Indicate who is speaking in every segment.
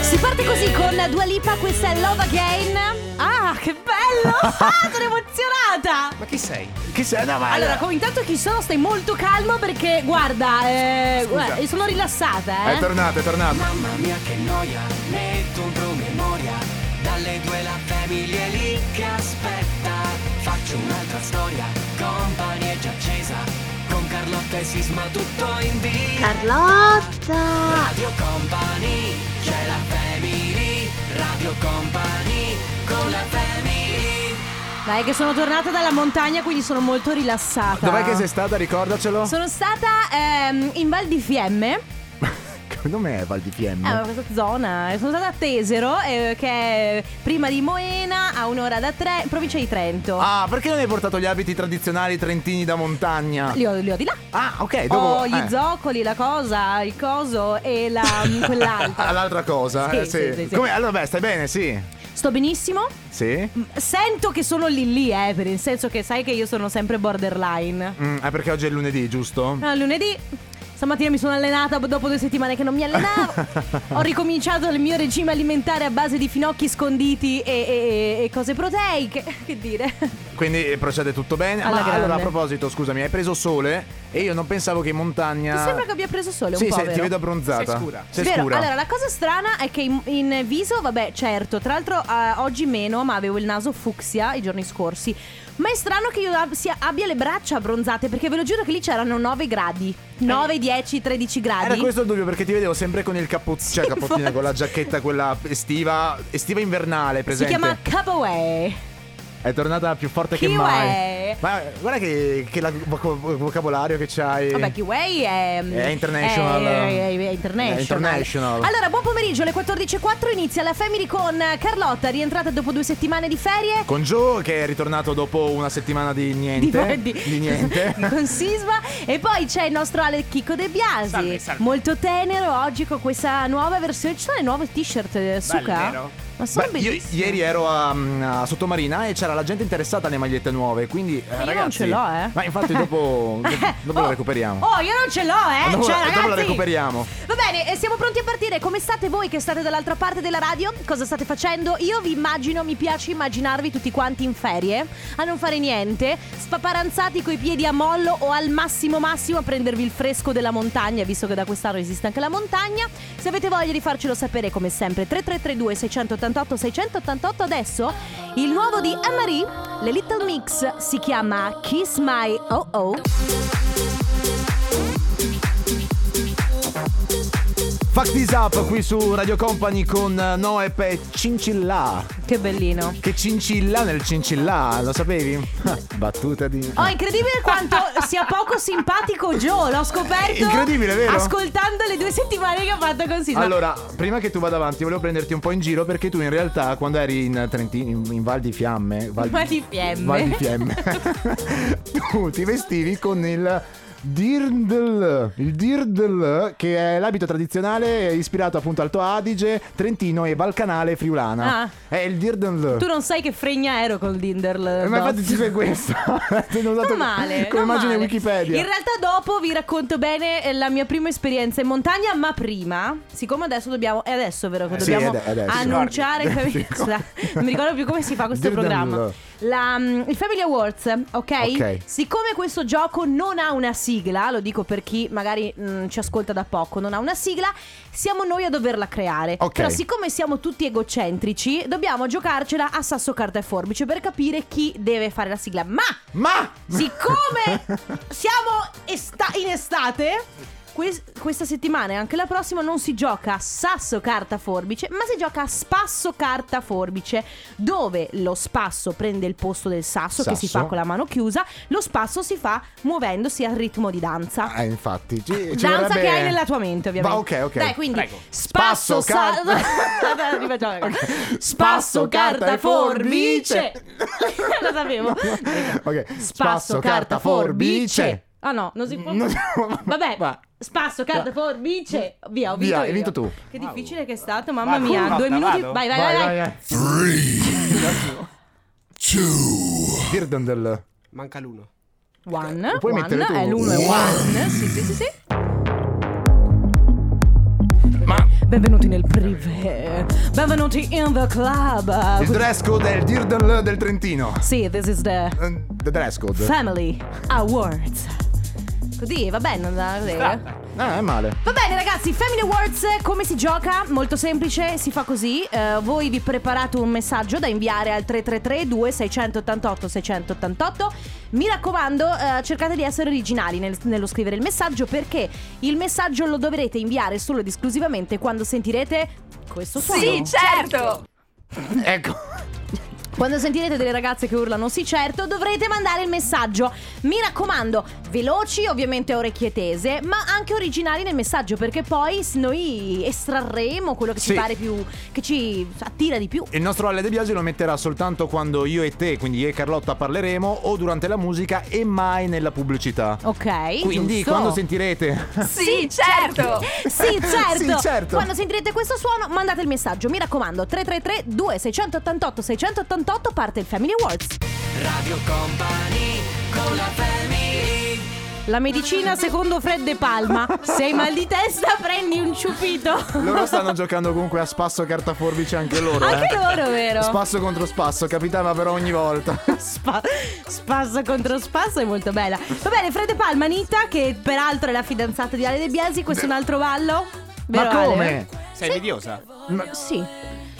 Speaker 1: Si parte così con Dua Lipa, questa è Love Again. Ah, che bello! Ah, sono emozionata!
Speaker 2: Ma chi sei?
Speaker 3: Chi sei? No, ma
Speaker 1: Allora, come intanto chi sono, stai molto calmo perché guarda, eh,
Speaker 2: Scusa.
Speaker 1: guarda, sono rilassata,
Speaker 3: È
Speaker 1: eh.
Speaker 3: tornato, è tornato.
Speaker 2: Mamma mia che noia, metto un promemoria. Dalle due la famiglia è lì che aspetta. Faccio un'altra storia, compagnie è già accesa. Con Carlotta e Sisma tutto in via.
Speaker 4: Carlotta!
Speaker 2: Radio Company, c'è la family. Radio Company, con la family.
Speaker 1: Dai, che sono tornata dalla montagna, quindi sono molto rilassata.
Speaker 3: Dov'è che sei stata? Ricordacelo.
Speaker 1: Sono stata ehm, in Val di Fiemme,
Speaker 3: Secondo me è Val di Fiemme.
Speaker 1: eh, questa zona, e sono stata a Tesero, eh, che è prima di Moena, a un'ora da tre, in provincia di Trento.
Speaker 3: Ah, perché non hai portato gli abiti tradizionali trentini da montagna?
Speaker 1: Li, ho, li ho di là.
Speaker 3: Ah, ok, dopo.
Speaker 1: Ho Oh, gli
Speaker 3: eh.
Speaker 1: zoccoli, la cosa, il coso e la, mm, quell'altra.
Speaker 3: Ah, L'altra cosa,
Speaker 1: Sì,
Speaker 3: eh,
Speaker 1: sì, sì, sì.
Speaker 3: Come, allora, beh, stai bene, sì.
Speaker 1: Sto benissimo.
Speaker 3: Sì?
Speaker 1: Sento che sono lì lì, eh, per il senso che sai che io sono sempre borderline.
Speaker 3: Mm, ah, perché oggi è lunedì, giusto?
Speaker 1: Ah, lunedì, stamattina mi sono allenata dopo due settimane che non mi allenavo. Ho ricominciato il mio regime alimentare a base di finocchi sconditi e, e- e cose proteiche. Che dire?
Speaker 3: Quindi eh, procede tutto bene.
Speaker 1: Alla
Speaker 3: Ma
Speaker 1: grande.
Speaker 3: allora, a proposito, scusami, hai preso sole e io non pensavo che in montagna.
Speaker 1: Mi sembra che abbia preso sole un
Speaker 3: Ah. Sì,
Speaker 1: po'.
Speaker 3: sì,
Speaker 1: vero?
Speaker 3: ti vedo abbronzata.
Speaker 2: Sei scura.
Speaker 3: Sei
Speaker 1: Vero,
Speaker 3: scura.
Speaker 1: allora la cosa strana è che in, in viso, vabbè, certo, tra l'altro eh, oggi meno, ma avevo il naso fucsia i giorni scorsi. Ma è strano che io ab- sia- abbia le braccia abbronzate, perché ve lo giuro che lì c'erano 9 gradi. 9, 10, 13 gradi.
Speaker 3: Eh. Era questo il dubbio perché ti vedevo sempre con il cappuccino, cioè cappottino,
Speaker 1: infatti.
Speaker 3: con la giacchetta quella estiva, estiva invernale,
Speaker 1: si
Speaker 3: presente. Eh.
Speaker 1: chiama Cabaway.
Speaker 3: È tornata più forte che
Speaker 1: Kiwi.
Speaker 3: mai. Ma guarda che, che la- voc- vocabolario che c'hai.
Speaker 1: Vabbè, Kiwi è, mm,
Speaker 3: È international.
Speaker 1: È, è- è international.
Speaker 3: È international.
Speaker 1: Allora, buon pomeriggio, alle 14.04 inizia la Family con Carlotta, rientrata dopo due settimane di ferie.
Speaker 3: Con Joe che è ritornato dopo una settimana di niente.
Speaker 1: Di- di-
Speaker 3: niente.
Speaker 1: con Sisma e poi c'è il nostro Ale Chicco De Biasi
Speaker 2: Salve, salve.
Speaker 1: molto tenero oggi con questa nuova versione ci sono le nuove t-shirt eh, Suka
Speaker 2: vero?
Speaker 1: ma sono
Speaker 3: Beh, io,
Speaker 1: bellissime
Speaker 3: ieri ero a, a Sottomarina e c'era la gente interessata alle magliette nuove, quindi eh,
Speaker 1: Ma io non
Speaker 3: ragazzi,
Speaker 1: ce l'ho, eh.
Speaker 3: Ma infatti dopo, dopo, dopo la
Speaker 1: Oh,
Speaker 3: recuperiamo.
Speaker 1: oh io non ce l'ho eh
Speaker 3: dopo,
Speaker 1: cioè,
Speaker 3: dopo
Speaker 1: ragazzi
Speaker 3: la recuperiamo.
Speaker 1: Va bene, eh, siamo pronti a partire. Come state voi che state dall'altra parte della radio? Cosa state facendo? Io vi immagino, mi piace immaginarvi tutti quanti in ferie, a non fare niente, spaparanzati coi piedi a mollo o al massimo massimo a prendervi il fresco della montagna, visto che da quest'anno esiste anche la montagna. Se avete voglia di farcelo sapere come sempre 3332 688 688 adesso il nuovo di Anne-Marie, le Little Mix, si chiama Kiss My Oh Oh.
Speaker 3: Fuck this up qui su Radio Company con eh, Noep e Cincilla.
Speaker 1: Che bellino.
Speaker 3: Che cincilla nel cincilla, lo sapevi? Battuta di.
Speaker 1: Oh, è incredibile quanto sia poco simpatico Joe, l'ho scoperto.
Speaker 3: Incredibile, vero?
Speaker 1: Ascoltando le due settimane che ho fatto con Sisma.
Speaker 3: Allora, prima che tu vada avanti, volevo prenderti un po' in giro perché tu in realtà quando eri in Trentino, in, in Val di Fiamme, Val,
Speaker 1: Val di Fiemme.
Speaker 3: Val di Fiamme, tu ti vestivi con il Dirndl, il Dirndl che è l'abito tradizionale ispirato appunto al Alto Adige, Trentino e Balcanale Friulana.
Speaker 1: Ah.
Speaker 3: È il Dirndl.
Speaker 1: Tu non sai che fregna ero col Dinderl.
Speaker 3: Eh, Ma
Speaker 1: Bob.
Speaker 3: infatti ci sei questo. Ti hanno dato
Speaker 1: Non male.
Speaker 3: Come
Speaker 1: non
Speaker 3: immagine
Speaker 1: male.
Speaker 3: Wikipedia.
Speaker 1: In realtà dopo vi racconto bene eh, la mia prima esperienza in montagna, ma prima, siccome adesso dobbiamo è adesso vero che
Speaker 3: Eh Sì,
Speaker 1: dobbiamo
Speaker 3: è ade- adesso.
Speaker 1: annunciare
Speaker 3: Ricordi.
Speaker 1: Family-
Speaker 3: Sì.
Speaker 1: Scusa, non mi ricordo più come si fa questo
Speaker 3: Dillo.
Speaker 1: programma. La, mm, il Family Awards, ok?
Speaker 3: Ok.
Speaker 1: Siccome questo gioco non ha una sigla, lo dico per chi magari mm, ci ascolta da poco, non ha una sigla, siamo noi a doverla creare.
Speaker 3: Ok.
Speaker 1: Però siccome siamo tutti egocentrici, dobbiamo giocarcela a sasso carta e forbice per capire chi deve fare la sigla. Ma
Speaker 3: Ma
Speaker 1: Siccome siamo esta- in estate, que- questa settimana e anche la prossima non si gioca a sasso carta forbice, ma si gioca a spasso carta forbice, dove lo spasso prende il posto del sasso, che si
Speaker 3: Sasso.
Speaker 1: fa con la mano chiusa, lo spasso si fa muovendosi al ritmo di danza.
Speaker 3: Ah, infatti, ci, ci
Speaker 1: danza
Speaker 3: vorrebbe-
Speaker 1: che hai nella tua mente, ovviamente.
Speaker 3: Va, ok, ok.
Speaker 1: Dai, quindi
Speaker 2: Prego.
Speaker 1: spasso,
Speaker 3: Spasso, car-
Speaker 1: sa- Rifacciamo, ragazzi. spasso carta
Speaker 3: e
Speaker 1: forbice. Lo sapevo.
Speaker 3: ok.
Speaker 1: Spasso, carta, forbice. Ah no, non si può.
Speaker 3: Non si può.
Speaker 1: Vabbè.
Speaker 3: Va.
Speaker 1: Spasso, carta, forbice. Via, ho vinto.
Speaker 3: Via, hai
Speaker 1: io.
Speaker 3: vinto tu.
Speaker 1: Che difficile che è stato, mamma mia.
Speaker 2: Carlotta,
Speaker 1: Due minuti.
Speaker 2: vado?
Speaker 1: Vai, vai, vai. vai.
Speaker 3: Dirdendel.
Speaker 2: Manca l'uno.
Speaker 1: One.
Speaker 3: puoi
Speaker 1: one,
Speaker 3: mettere tu.
Speaker 1: È l'uno e one. Sì, sì, sì, sì.
Speaker 3: Ma
Speaker 1: Benvenuti nel privé. Benvenuti in the
Speaker 3: Il
Speaker 1: club.
Speaker 3: dress code è il Dirdel del Trentino.
Speaker 1: Sì, this is the
Speaker 3: Eh, The dress code.
Speaker 1: Family Awards. Così, va bene, andava così.
Speaker 3: No, Ah, è male.
Speaker 1: Va bene ragazzi, Family Awards eh, come si gioca? Molto semplice, si fa così. Eh, voi vi preparate un messaggio da inviare al 333 2688 688. Mi raccomando, eh, cercate di essere originali nel- nello scrivere il messaggio perché il messaggio lo dovrete inviare solo ed esclusivamente quando sentirete questo suono.
Speaker 5: Sì, certo.
Speaker 3: Ecco.
Speaker 1: Quando sentirete delle ragazze che urlano sì certo dovrete mandare il messaggio. Mi raccomando, veloci ovviamente a orecchie tese, ma anche originali nel messaggio perché poi s- noi estrarremo quello che
Speaker 3: Sì.
Speaker 1: ci pare più, che ci attira di più.
Speaker 3: Il nostro Ale De Biasi lo metterà soltanto quando io e te, quindi io e Carlotta, parleremo o durante la musica e mai nella pubblicità.
Speaker 1: Ok.
Speaker 3: Quindi
Speaker 1: giusto.
Speaker 3: quando sentirete
Speaker 5: Sì, certo.
Speaker 1: Sì certo.
Speaker 3: Sì, certo.
Speaker 1: Quando sentirete questo suono mandate il messaggio, mi raccomando, 333 2688 688 parte il Family Awards.
Speaker 2: Radio Company con la family
Speaker 1: La medicina secondo Fred De Palma. Se hai mal di testa prendi un ciupito.
Speaker 3: Loro stanno giocando comunque a spasso carta forbice anche loro.
Speaker 1: Anche
Speaker 3: eh.
Speaker 1: loro, vero?
Speaker 3: Spasso contro spasso, capitava però ogni volta.
Speaker 1: Spa- spasso contro spasso è molto bella. Va bene, Fred Palma, Anita, che peraltro è la fidanzata di Ale De Biasi, questo è un altro ballo. Vero,
Speaker 3: Ma
Speaker 1: Ale?
Speaker 3: come?
Speaker 6: Sei invidiosa?
Speaker 1: Sì.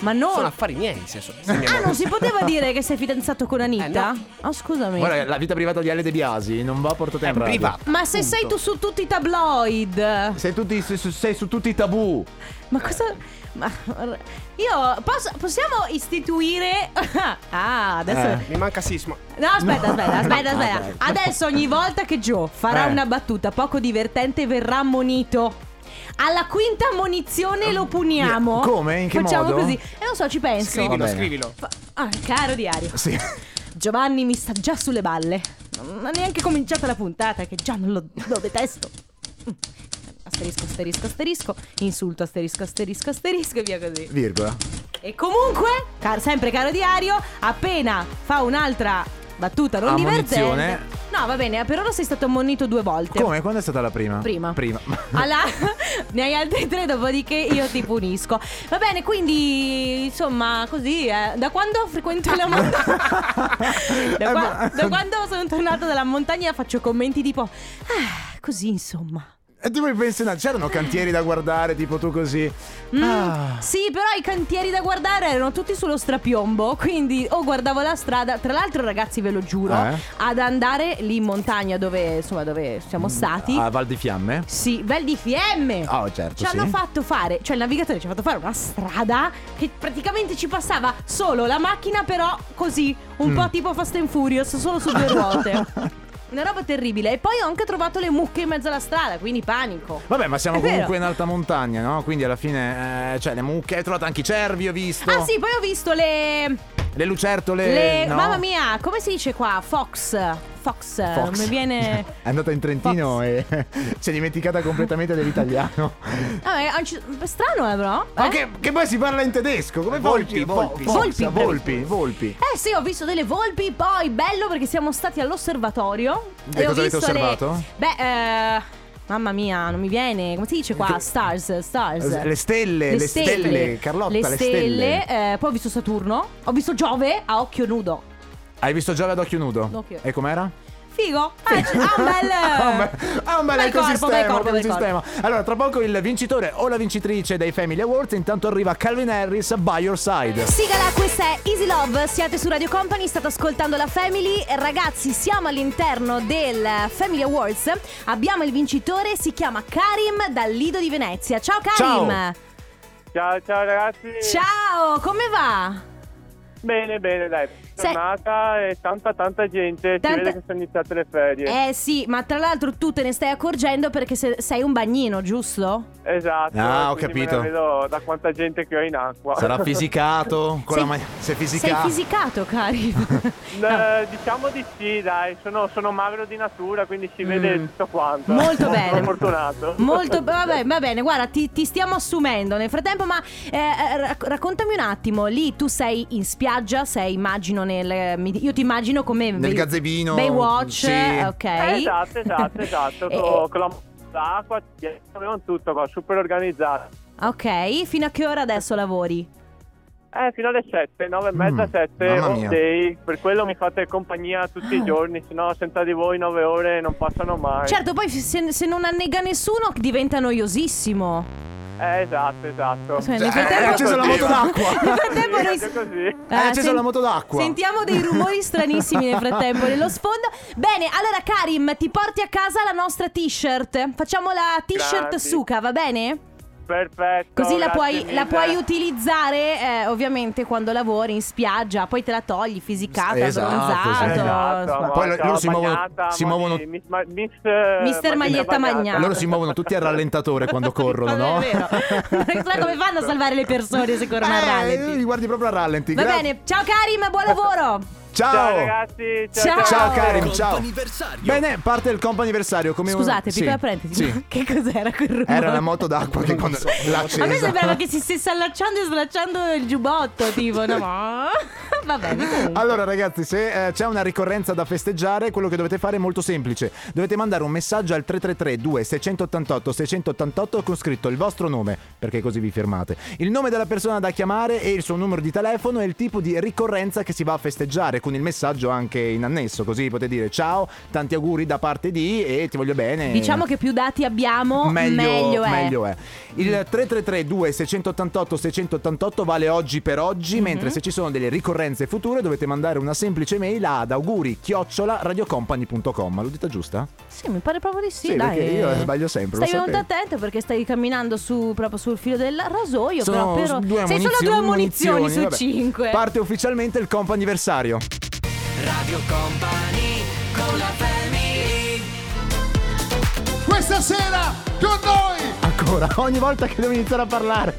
Speaker 1: Ma no.
Speaker 6: Sono affari miei, nel senso. se mi
Speaker 1: Oh. Ah,
Speaker 6: amore.
Speaker 1: non si poteva dire che sei fidanzato con Anita? Ah, scusami.
Speaker 3: Guarda, la vita privata di Ale De Biasi non va portata
Speaker 6: È
Speaker 3: in radio.
Speaker 6: privato.
Speaker 1: Ma se sei tu su tutti i tabloid.
Speaker 3: Sei, tutti- sei su, sei su tutti i tabù.
Speaker 1: Ma cosa. Ma. Io. posso- possiamo istituire. Ah, adesso.
Speaker 3: Eh.
Speaker 6: Mi manca sisma.
Speaker 1: No, aspetta, aspetta, aspetta,
Speaker 3: No,
Speaker 1: aspetta.
Speaker 3: vabbè.
Speaker 1: Adesso ogni volta che Joe farà
Speaker 3: Eh.
Speaker 1: una battuta poco divertente verrà ammonito. Alla quinta ammonizione lo puniamo.
Speaker 3: Come? In che
Speaker 1: Facciamo
Speaker 3: modo?
Speaker 1: così. E non so, ci penso.
Speaker 6: Scrivilo,
Speaker 3: bene.
Speaker 6: scrivilo.
Speaker 1: Fa- Ah, caro diario.
Speaker 3: Sì.
Speaker 1: Giovanni mi sta già sulle balle. Non ha neanche cominciata la puntata, che già non lo, lo detesto. Asterisco, asterisco, asterisco. Insulto, asterisco, asterisco, asterisco e via così.
Speaker 3: Virgola.
Speaker 1: E comunque, car- sempre caro diario, appena fa un'altra battuta non divertente.
Speaker 3: Ammonizione.
Speaker 1: No, va bene, per ora sei stato ammonito due volte.
Speaker 3: Come? Quando è stata la prima?
Speaker 1: Prima.
Speaker 3: Prima.
Speaker 1: Alla, ne hai altri tre, dopodiché io ti punisco. Va bene, quindi insomma, così eh, da quando frequento la montagna. da, qua- da quando sono tornato dalla montagna faccio commenti tipo. "Ah, così insomma.
Speaker 3: E tipo i pensionati, c'erano cantieri da guardare, tipo tu così.
Speaker 1: Mm,
Speaker 3: Ah.
Speaker 1: Sì, però i cantieri da guardare erano tutti sullo strapiombo, quindi o guardavo la strada, tra l'altro ragazzi ve lo giuro,
Speaker 3: Eh?
Speaker 1: ad andare lì in montagna dove, insomma, dove siamo stati.
Speaker 3: A Val di Fiamme?
Speaker 1: Sì, bel di fiemme.
Speaker 3: Mm, Ah,
Speaker 1: Ci
Speaker 3: certo,
Speaker 1: hanno
Speaker 3: sì.
Speaker 1: fatto fare, cioè il navigatore ci ha fatto fare una strada che praticamente ci passava solo la macchina, però così, un
Speaker 3: Mm.
Speaker 1: po' tipo Fast and Furious, solo su due ruote. Una roba terribile. E poi ho anche trovato le mucche in mezzo alla strada, quindi panico.
Speaker 3: Vabbè, ma siamo
Speaker 1: È vero.
Speaker 3: comunque in alta montagna, no? Quindi alla fine, eh, cioè, le mucche, hai trovato anche i cervi, ho visto.
Speaker 1: Ah sì, poi ho visto le...
Speaker 3: Le lucertole.
Speaker 1: le-
Speaker 3: Eh, no?
Speaker 1: Mamma mia, come si dice qua? Fox. Fox. non
Speaker 3: Fox.
Speaker 1: Mi viene...
Speaker 3: È andata in Trentino
Speaker 1: Fox.
Speaker 3: e si è dimenticata completamente dell'italiano.
Speaker 1: Vabbè, ah, ci- strano, eh, però.
Speaker 3: Ma
Speaker 1: eh?
Speaker 3: che, che poi si parla in tedesco, come
Speaker 6: Volpi,
Speaker 3: fai? Fo-
Speaker 6: volpi.
Speaker 1: Volpi,
Speaker 3: forza, volpi, volpi.
Speaker 1: Eh sì, ho visto delle volpi, poi bello perché siamo stati all'osservatorio.
Speaker 3: E
Speaker 1: ho
Speaker 3: cosa avete
Speaker 1: visto le-
Speaker 3: osservato?
Speaker 1: Beh, eh, mamma mia, non mi viene. Come si dice qua? Stars, stars.
Speaker 3: Le stelle, le stelle, Carlotta,
Speaker 1: Esatto. le
Speaker 3: le
Speaker 1: stelle.
Speaker 3: stelle.
Speaker 1: eh, poi ho visto Saturno, ho visto Giove a occhio nudo.
Speaker 3: Hai visto già ad occhio nudo?
Speaker 1: Occhio.
Speaker 3: E com'era?
Speaker 1: Figo, ah, c- ha un bel...
Speaker 3: Ah, un bel- ah, un bel
Speaker 1: bel corpo,
Speaker 3: ecosistema,
Speaker 1: bel corpo,
Speaker 3: proprio
Speaker 1: bel
Speaker 3: ecosistema. Allora, tra poco il vincitore o la vincitrice dei Family Awards, intanto arriva Calvin Harris by your side.
Speaker 1: Sigala, questa è Easy Love, siete su Radio Company, state ascoltando la Family. Ragazzi, siamo all'interno del Family Awards. Abbiamo il vincitore, si chiama Karim dal Lido di Venezia. Ciao Karim!
Speaker 7: Ciao, ciao ragazzi.
Speaker 1: Ciao, come va?
Speaker 7: Bene, bene, dai.
Speaker 1: Sei-
Speaker 7: Giornata e tanta, tanta gente.
Speaker 1: Tanta-
Speaker 7: Si vede che sono iniziate le ferie.
Speaker 1: Eh sì, ma tra l'altro tu te ne stai accorgendo perché se- sei un bagnino, giusto?
Speaker 7: Esatto.
Speaker 3: Ah, ho
Speaker 7: quindi
Speaker 3: capito.
Speaker 7: Me la vedo da quanta gente che ho in acqua.
Speaker 3: Sarà fisicato? Con
Speaker 1: Sei-
Speaker 3: la ma- se
Speaker 1: Sei
Speaker 3: fisica-
Speaker 1: fisicato, Karim. No.
Speaker 7: Eh, Diciamo di sì, dai. Sono, sono magro di natura, quindi si vede
Speaker 1: Mm.
Speaker 7: tutto quanto.
Speaker 1: Molto bene.
Speaker 7: Sono fortunato.
Speaker 1: Molto vabbè, va bene, guarda, ti, ti stiamo assumendo nel frattempo, ma eh, eh, rac- raccontami un attimo, lì tu sei in spiaggia, sei immagino nel mi- io ti immagino come
Speaker 3: Nel gazzebino.
Speaker 1: Baywatch,
Speaker 3: Sì.
Speaker 1: ok. Eh,
Speaker 7: Eh, esatto, esatto, esatto.
Speaker 1: E-
Speaker 7: con, con la l'acqua, abbiamo tutto qua, super organizzato.
Speaker 1: Ok, fino a che ora adesso lavori?
Speaker 7: Eh, fino alle 7, 9 e mezza,
Speaker 3: Mm,
Speaker 7: 7,
Speaker 3: mamma
Speaker 7: off
Speaker 3: mia.
Speaker 7: day. Per quello mi fate compagnia tutti
Speaker 1: Eh.
Speaker 7: i giorni, se no senza di voi 9 ore non passano mai.
Speaker 1: Certo, poi se, se non annega nessuno diventa noiosissimo.
Speaker 7: Eh, esatto, esatto.
Speaker 1: Cioè,
Speaker 6: Eh,
Speaker 1: nel
Speaker 3: Hai
Speaker 1: frattempo...
Speaker 3: acceso la
Speaker 1: Nel
Speaker 3: moto d'acqua.
Speaker 1: frattempo noi...
Speaker 7: Sì, così.
Speaker 1: Ah,
Speaker 3: Hai acceso
Speaker 1: sen-
Speaker 3: la moto d'acqua.
Speaker 1: Sentiamo dei rumori stranissimi nel frattempo nello sfondo. Bene, allora Karim, ti porti a casa la nostra t-shirt. Facciamo la t-shirt
Speaker 7: Grandi.
Speaker 1: suca, va bene?
Speaker 7: Perfetto.
Speaker 1: Così la
Speaker 7: grazie
Speaker 1: puoi, la
Speaker 7: mille.
Speaker 1: puoi utilizzare eh, ovviamente quando lavori in spiaggia, poi te la togli fisicata,
Speaker 6: Esatto,
Speaker 1: bronzato.
Speaker 7: Esatto,
Speaker 3: Ma
Speaker 7: ma
Speaker 3: poi loro
Speaker 7: ciao,
Speaker 3: si muovono-
Speaker 7: bagnata,
Speaker 3: si
Speaker 7: ma
Speaker 3: muovono-
Speaker 7: mi- mis- ma- mis- eh,
Speaker 1: Mister Maglietta Magnata.
Speaker 3: Loro si muovono tutti al rallentatore quando corrono, no?
Speaker 1: Vabbè, È vero. Sai come fanno a salvare le persone se corrono a
Speaker 3: Eh,
Speaker 1: rallenti?
Speaker 3: Li guardi proprio a rallenti.
Speaker 1: Va
Speaker 3: gra-
Speaker 1: bene, ciao Karim, buon lavoro.
Speaker 3: Ciao.
Speaker 7: Ciao ragazzi,
Speaker 1: Ciao.
Speaker 3: Ciao Karim, ciao.
Speaker 2: Comp'anniversario.
Speaker 3: Bene, parte il comp anniversario. Come un-
Speaker 1: Scusate,
Speaker 3: sì,
Speaker 1: piccola parentesi.
Speaker 3: Sì.
Speaker 1: Che cos'era quel rumore?
Speaker 3: Era la moto d'acqua che quando l'ha accesa.
Speaker 1: A me sembrava che si stesse allacciando e slacciando il giubbotto, tipo, no? Va bene. comunque.
Speaker 3: Allora ragazzi, se eh, c'è una ricorrenza da festeggiare, quello che dovete fare è molto semplice. Dovete mandare un messaggio al 333 2688 688 con scritto il vostro nome, perché così vi firmate. Il nome della persona da chiamare e il suo numero di telefono e il tipo di ricorrenza che si va a festeggiare, con il messaggio anche in annesso, così potete dire ciao, tanti auguri da parte di e ti voglio bene.
Speaker 1: Diciamo che più dati abbiamo, meglio, è.
Speaker 3: meglio è. Il 333 2688 688 vale oggi per
Speaker 1: Mhm.
Speaker 3: oggi, mentre se ci sono delle ricorrenze future dovete mandare una semplice mail ad auguri chiocciola radiocompany.com. L'ho detta giusta?
Speaker 1: Sì, mi pare proprio di sì,
Speaker 3: Sì,
Speaker 1: dai.
Speaker 3: perché io sbaglio sempre, lo
Speaker 1: Stai molto
Speaker 3: sapete.
Speaker 1: attento perché stai camminando su, proprio sul filo del rasoio.
Speaker 3: Sono
Speaker 1: però, però
Speaker 3: due
Speaker 1: sei solo a due
Speaker 3: ammunizioni-
Speaker 1: ammonizioni su
Speaker 3: vabbè.
Speaker 1: cinque.
Speaker 3: Parte ufficialmente il comp anniversario.
Speaker 2: Radio Company con la family.
Speaker 8: Questa sera con noi
Speaker 3: Ancora, ogni volta che devo iniziare a parlare.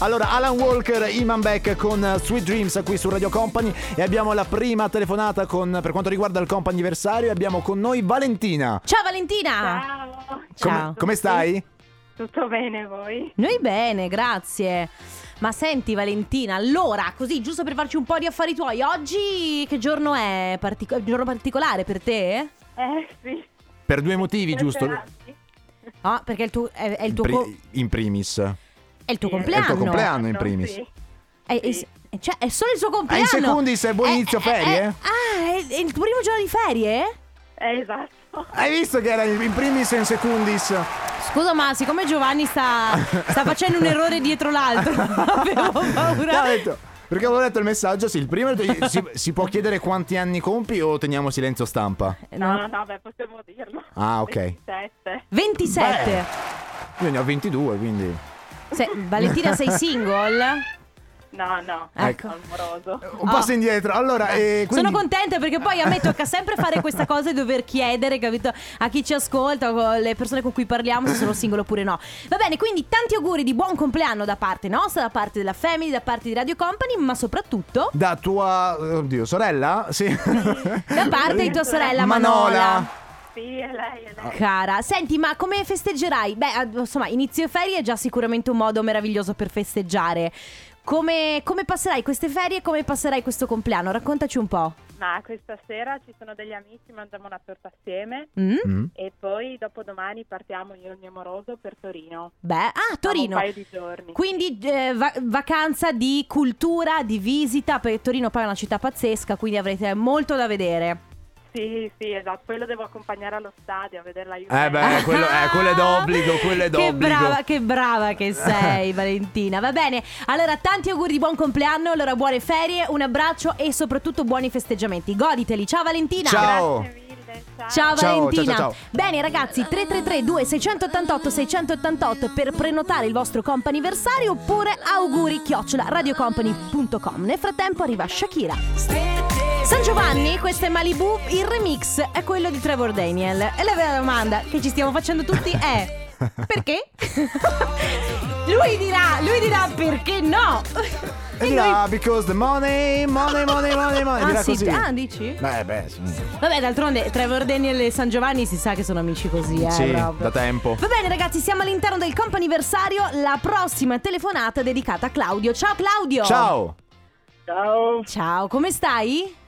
Speaker 3: Allora, Alan Walker, Iman Beck con eh, Sweet Dreams qui su Radio Company e abbiamo la prima telefonata con, per quanto riguarda il comp anniversario. Abbiamo con noi Valentina.
Speaker 1: Ciao Valentina!
Speaker 9: Ciao.
Speaker 1: Ciao.
Speaker 3: Come, come stai?
Speaker 9: Tutto bene voi?
Speaker 1: Noi bene, grazie. Ma senti Valentina, allora, così giusto per farci un po' di affari tuoi, oggi che giorno è? Partico- un giorno particolare per te?
Speaker 9: Eh sì.
Speaker 3: Per due motivi, giusto?
Speaker 9: Sì,
Speaker 1: Ah, perché è il tuo, è, è il
Speaker 3: In
Speaker 1: tuo,
Speaker 3: pri-
Speaker 1: co-
Speaker 3: in primis.
Speaker 1: è il tuo
Speaker 9: Sì, è il
Speaker 1: compleanno.
Speaker 3: compleanno, in
Speaker 9: esatto,
Speaker 3: primis.
Speaker 9: sì.
Speaker 1: È, è-
Speaker 9: Sì.
Speaker 1: cioè, è solo il suo
Speaker 3: Ah,
Speaker 1: compleanno. Eh,
Speaker 3: in secondi se buon
Speaker 1: È-
Speaker 3: inizio
Speaker 1: è-
Speaker 3: ferie?
Speaker 1: è- ah, è, è il tuo primo giorno di ferie?
Speaker 9: Eh, esatto.
Speaker 3: Hai visto che era in in primis e in secundis?
Speaker 1: Scusa, ma siccome Giovanni sta, sta facendo un errore dietro l'altro, avevo
Speaker 3: No, ho
Speaker 1: paura.
Speaker 3: detto- perché avevo letto il messaggio, sì, il primo si, si può chiedere quanti anni compi o teniamo silenzio stampa?
Speaker 1: Eh,
Speaker 9: No, no, no, beh, possiamo dirlo.
Speaker 3: Ah, ok.
Speaker 9: 27.
Speaker 1: 27.
Speaker 3: Io ne ho 22, quindi...
Speaker 1: Se- Valentina, sei single?
Speaker 9: No, no,
Speaker 1: Ecco.
Speaker 9: ecco. amoroso.
Speaker 3: Un passo
Speaker 1: Ah.
Speaker 3: indietro, allora... eh, quindi-
Speaker 1: Sono contenta perché poi a me tocca sempre fare questa cosa e dover chiedere, capito? A chi ci ascolta, o le persone con cui parliamo, se sono single oppure no. Va bene, quindi tanti auguri di buon compleanno da parte nostra, da parte della Family, da parte di Radio Company, ma soprattutto
Speaker 3: Da tua... Oddio, sorella? Sì.
Speaker 1: da parte di tua sorella Manola.
Speaker 3: Manola.
Speaker 9: Sì, è lei, è
Speaker 3: Ah.
Speaker 9: lei.
Speaker 1: Cara, senti, ma come festeggerai? Beh, ad- insomma, inizio ferie è già sicuramente un modo meraviglioso per festeggiare. Come, come passerai queste ferie? Come passerai questo compleanno? Raccontaci un po'.
Speaker 9: Ma questa sera ci sono degli amici, mangiamo una torta assieme
Speaker 1: Mm?
Speaker 3: Mm.
Speaker 9: e poi dopodomani partiamo io e il mio amoroso per Torino.
Speaker 1: Beh, ah, Torino.
Speaker 9: Torino. Un paio di giorni.
Speaker 1: Quindi eh, va- vacanza di cultura, di visita, perché Torino poi è una città pazzesca, quindi avrete molto da vedere.
Speaker 9: Sì, sì, esatto. Poi lo devo accompagnare allo stadio a vederla io.
Speaker 3: Eh beh, quello, eh, quello è d'obbligo, quello è
Speaker 1: Che
Speaker 3: d'obbligo.
Speaker 1: brava, che brava che sei, Valentina. Va bene. Allora, tanti auguri di buon compleanno, allora buone ferie, un abbraccio e soprattutto buoni festeggiamenti. Goditeli. Ciao Valentina.
Speaker 3: Ciao.
Speaker 9: Grazie mille, ciao.
Speaker 1: Ciao
Speaker 3: Ciao, ciao,
Speaker 1: Valentina.
Speaker 3: ciao, ciao.
Speaker 1: Bene ragazzi, 333 2688 688 per prenotare il vostro comp'anniversario oppure auguri chiocciola radiocompany.com. Nel frattempo arriva Shakira. San Giovanni, questo è Malibu, il remix è quello di Trevor Daniel. E la vera domanda che ci stiamo facendo tutti è perché? lui dirà, lui dirà perché no.
Speaker 3: E dirà, because the money, money, money, money, money.
Speaker 1: Ah,
Speaker 3: dirà
Speaker 1: sì,
Speaker 3: così.
Speaker 1: ah, dici?
Speaker 3: Beh, beh, sì.
Speaker 1: Vabbè, d'altronde Trevor Daniel e San Giovanni si sa che sono amici così, eh.
Speaker 3: Sì,
Speaker 1: proprio.
Speaker 3: da tempo.
Speaker 1: Va bene ragazzi, siamo all'interno del comp'anniversario, la prossima telefonata è dedicata a Claudio. Ciao Claudio!
Speaker 3: Ciao.
Speaker 7: Ciao.
Speaker 1: Ciao, come stai?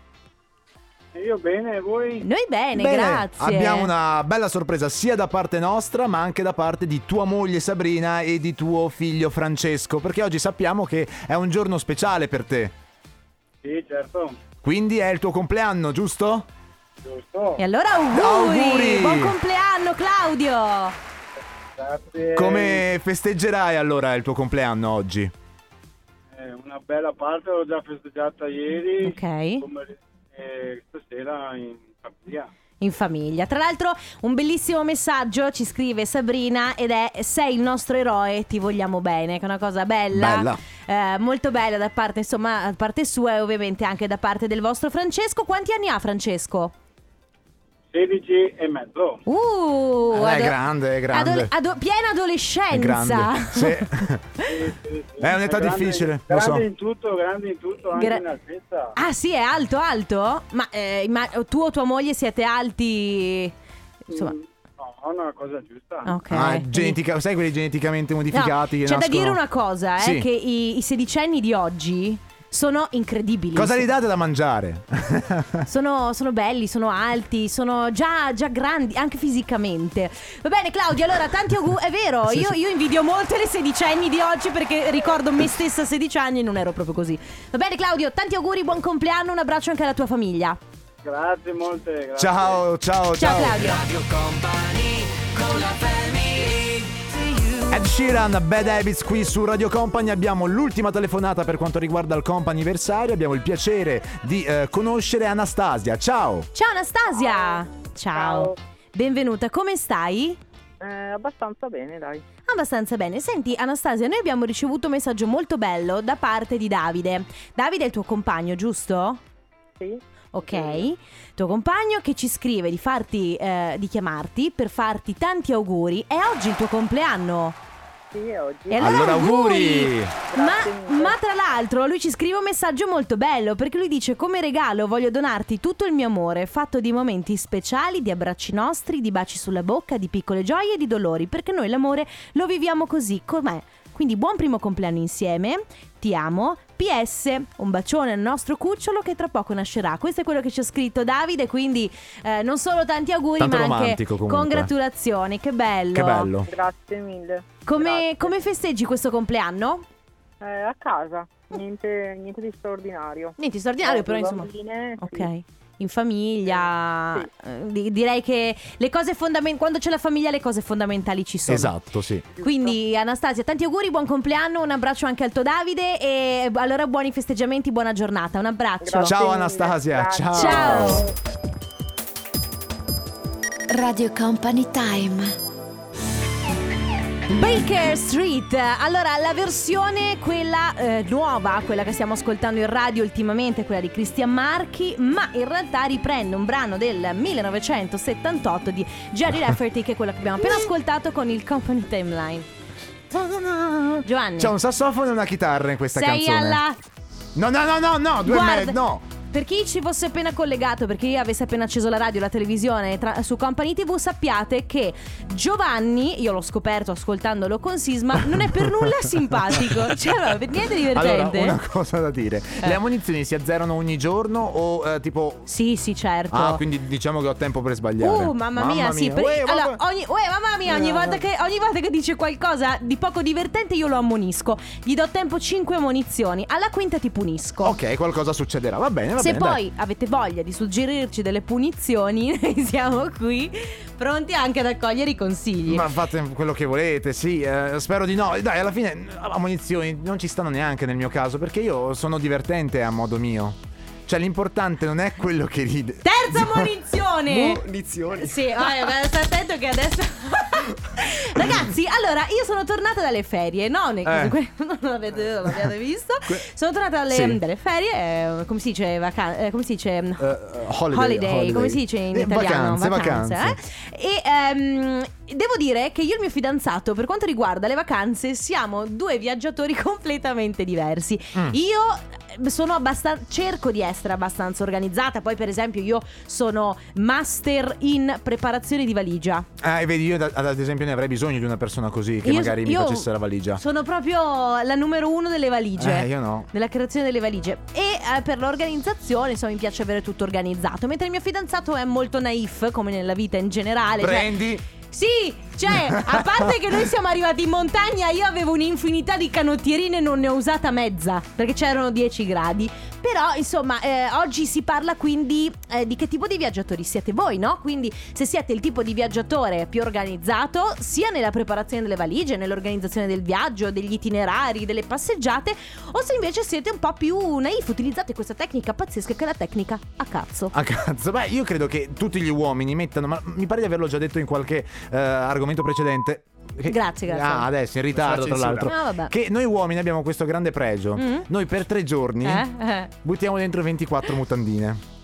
Speaker 7: Io bene, voi?
Speaker 1: Noi bene,
Speaker 3: Bene,
Speaker 1: grazie.
Speaker 3: Abbiamo una bella sorpresa sia da parte nostra, ma anche da parte di tua moglie Sabrina e di tuo figlio Francesco, perché oggi sappiamo che è un giorno speciale per te.
Speaker 7: Sì, certo,
Speaker 3: Quindi è il tuo compleanno, giusto?
Speaker 7: giusto.
Speaker 1: E allora auguri!
Speaker 3: Auguri!
Speaker 1: Buon compleanno Claudio!
Speaker 7: Grazie.
Speaker 3: Come festeggerai allora il tuo compleanno oggi?
Speaker 7: Eh, una bella parte l'ho già festeggiata ieri.
Speaker 1: Ok.
Speaker 7: come- eh, stasera in famiglia.
Speaker 1: In famiglia. Tra l'altro un bellissimo messaggio ci scrive Sabrina ed è sei il nostro eroe, ti vogliamo bene, che è una cosa bella.
Speaker 6: Bella.
Speaker 1: Eh, molto bella da parte, insomma, da parte sua e ovviamente anche da parte del vostro Francesco. Quanti anni ha Francesco?
Speaker 7: 16 e mezzo.
Speaker 1: Uh,
Speaker 3: Eh, è grande, è grande.
Speaker 1: adole- ado- piena adolescenza.
Speaker 3: È grande. Sì. È un'età
Speaker 7: grande-
Speaker 3: difficile, lo
Speaker 7: Grande
Speaker 3: so.
Speaker 7: in tutto, grande in tutto, anche
Speaker 1: Gra-
Speaker 7: in altezza.
Speaker 1: Ah sì, è alto, alto? Ma, eh, ma tu o tua moglie siete alti? Insomma,
Speaker 7: Mm, No, è una cosa giusta.
Speaker 1: ok.
Speaker 3: Ah,
Speaker 1: Quindi-
Speaker 3: genetica- sai quelli geneticamente
Speaker 1: No,
Speaker 3: modificati?
Speaker 1: c'è
Speaker 3: che
Speaker 1: da
Speaker 3: nascono-
Speaker 1: dire una cosa, eh,
Speaker 3: Sì.
Speaker 1: che i, i sedicenni di oggi sono incredibili.
Speaker 3: Cosa gli date da mangiare?
Speaker 1: Sono, sono belli, sono alti, sono già, già grandi, anche fisicamente. Va bene, Claudio, allora tanti auguri. È vero,
Speaker 3: Sì,
Speaker 1: io,
Speaker 3: sì.
Speaker 1: io invidio molto le sedicenni di oggi perché ricordo me stessa a 16 anni e non ero proprio così. Va bene, Claudio, tanti auguri, buon compleanno, un abbraccio anche alla tua famiglia.
Speaker 7: Grazie molte, grazie.
Speaker 3: ciao, ciao, ciao.
Speaker 1: Ciao, Claudio.
Speaker 3: Ed Sheeran, Bad Habits qui su Radio Company abbiamo l'ultima telefonata per quanto riguarda il comp'anniversario, abbiamo il piacere di eh, conoscere Anastasia, ciao!
Speaker 1: Ciao Anastasia! Ciao.
Speaker 9: Ciao.
Speaker 1: Benvenuta, come stai?
Speaker 9: Eh, abbastanza bene, dai.
Speaker 1: Abbastanza bene. Senti, Anastasia, noi abbiamo ricevuto un messaggio molto bello da parte di Davide. Davide è il tuo compagno, giusto?
Speaker 9: Sì.
Speaker 1: Ok, tuo compagno che ci scrive di, farti, eh, di chiamarti per farti tanti auguri. È oggi il tuo compleanno.
Speaker 9: Sì, oggi.
Speaker 1: E
Speaker 3: Allora, auguri!
Speaker 9: Grazie
Speaker 1: Ma,
Speaker 9: mille.
Speaker 1: ma tra l'altro lui ci scrive un messaggio molto bello perché lui dice come regalo voglio donarti tutto il mio amore fatto di momenti speciali, di abbracci nostri, di baci sulla bocca, di piccole gioie e di dolori perché noi l'amore lo viviamo così com'è. Quindi buon primo compleanno insieme, ti amo, PS, un bacione al nostro cucciolo che tra poco nascerà. Questo è quello che ci ha scritto Davide, quindi eh, non solo tanti auguri
Speaker 3: Tanto
Speaker 1: ma anche
Speaker 3: romantico, comunque.
Speaker 1: congratulazioni, che bello.
Speaker 3: Che bello!
Speaker 9: Grazie mille.
Speaker 1: Come,
Speaker 9: Grazie.
Speaker 1: come festeggi questo compleanno?
Speaker 9: Eh, a casa, niente, niente di straordinario.
Speaker 1: Niente, straordinario,
Speaker 9: Eh,
Speaker 1: però
Speaker 9: le
Speaker 1: insomma...
Speaker 9: bambine, sì.
Speaker 1: Ok. In famiglia,
Speaker 9: Sì.
Speaker 1: eh, di- direi che le cose fondamentali, quando c'è la famiglia le cose fondamentali ci sono.
Speaker 3: Esatto, sì.
Speaker 1: Quindi Anastasia, tanti auguri, buon compleanno, un abbraccio anche al tuo Davide e eh, allora buoni festeggiamenti, buona giornata, un abbraccio.
Speaker 9: Grazie
Speaker 3: Ciao,
Speaker 9: mille,
Speaker 3: Anastasia,
Speaker 9: grazie.
Speaker 3: ciao.
Speaker 1: Ciao.
Speaker 4: Radio Company Time.
Speaker 1: Baker Street, allora la versione quella eh, nuova, quella che stiamo ascoltando in radio ultimamente, quella di Cristian Marchi, ma in realtà riprende un brano del 1978 di Jerry Rafferty che è quello che abbiamo
Speaker 3: Mm.
Speaker 1: appena ascoltato con il Company Timeline. Giovanni,
Speaker 3: C'è un sassofono e una chitarra in questa
Speaker 1: sei
Speaker 3: canzone.
Speaker 1: alla...
Speaker 3: No, no, no, no, no, due
Speaker 1: Guarda-
Speaker 3: me- no.
Speaker 1: Per chi ci fosse appena collegato, per chi avesse appena acceso la radio, la televisione tra- su Company TV, sappiate che Giovanni, io l'ho scoperto ascoltandolo con Sisma, non è per nulla simpatico. Cioè, no, per niente divertente.
Speaker 3: Allora, una cosa da dire. Le ammunizioni si azzerano ogni giorno o eh, tipo...
Speaker 1: Sì, sì, certo.
Speaker 3: Ah, quindi diciamo che ho tempo per sbagliare.
Speaker 1: Uh, mamma mia, sì. per-
Speaker 3: Uè,
Speaker 1: allora,
Speaker 3: vabbè.
Speaker 1: ogni, uè, mamma mia, ogni
Speaker 3: Eh,
Speaker 1: volta,
Speaker 3: vabbè.
Speaker 1: che, ogni volta che dice qualcosa di poco divertente, io lo ammonisco. Gli do tempo 5 ammonizioni. Alla quinta ti punisco.
Speaker 3: Ok, qualcosa succederà. Va bene, va
Speaker 1: Se
Speaker 3: bene. dai.
Speaker 1: poi avete voglia di suggerirci delle punizioni, noi siamo qui pronti anche ad accogliere i consigli.
Speaker 3: Ma fate quello che volete, sì, eh, spero di no. Dai, alla fine eh, ammonizioni non ci stanno neanche nel mio caso, perché io sono divertente a modo mio. Cioè, l'importante non è quello che ride. Eh,
Speaker 1: Terza munizione!
Speaker 6: Munizioni.
Speaker 1: Sì, vai, vai, sta attento che adesso. Ragazzi, allora io sono tornata dalle ferie, no? Ne-
Speaker 3: Eh.
Speaker 1: que- Non l'avete, non l'abbiate visto.
Speaker 3: Que-
Speaker 1: Sono tornata dalle,
Speaker 3: Sì.
Speaker 1: dalle ferie, eh, come si dice? vaca- eh, come si dice?
Speaker 3: Eh, eh, holiday,
Speaker 1: Holiday, come si dice in
Speaker 3: Eh,
Speaker 1: italiano?
Speaker 3: Vacanze, vacanze.
Speaker 1: eh? E ehm, devo dire che io e il mio fidanzato, per quanto riguarda le vacanze, siamo due viaggiatori completamente diversi.
Speaker 3: Mm.
Speaker 1: Io ehm, sono abbastanza cerco di essere abbastanza organizzata. Poi per esempio io sono master in preparazione di valigia.
Speaker 3: Ah, e vedi, io da- ad esempio ne avrei bisogno di una persona così che
Speaker 1: eh? Io-
Speaker 3: magari mi
Speaker 1: io
Speaker 3: facesse la valigia.
Speaker 1: Sono proprio la numero uno delle valigie.
Speaker 3: Eh, io no.
Speaker 1: Nella creazione delle valigie. E eh, per l'organizzazione, insomma, mi piace avere tutto organizzato. Mentre il mio fidanzato è molto naif, come nella vita in generale. cioè-
Speaker 3: Prendi.
Speaker 1: sì, cioè, a parte che noi siamo arrivati in montagna, io avevo un'infinità di canottierine e non ne ho usata mezza, perché c'erano 10 gradi. Però, insomma, eh, oggi si parla quindi eh, di che tipo di viaggiatori siete voi, no? Quindi se siete il tipo di viaggiatore più organizzato, sia nella preparazione delle valigie, nell'organizzazione del viaggio, degli itinerari, delle passeggiate, o se invece siete un po' più naif, utilizzate questa tecnica pazzesca che è la tecnica a cazzo.
Speaker 3: A cazzo, beh, io credo che tutti gli uomini mettano, ma mi pare di averlo già detto in qualche eh, argomento precedente. Che-
Speaker 1: Grazie, grazie.
Speaker 3: Ah, adesso in ritardo, tra
Speaker 6: Censura.
Speaker 3: l'altro.
Speaker 1: No, Ah, vabbè.
Speaker 3: Che noi uomini abbiamo questo grande pregio.
Speaker 1: Mm.
Speaker 3: Noi per tre giorni
Speaker 1: Eh? Eh.
Speaker 3: buttiamo dentro 24 mutandine.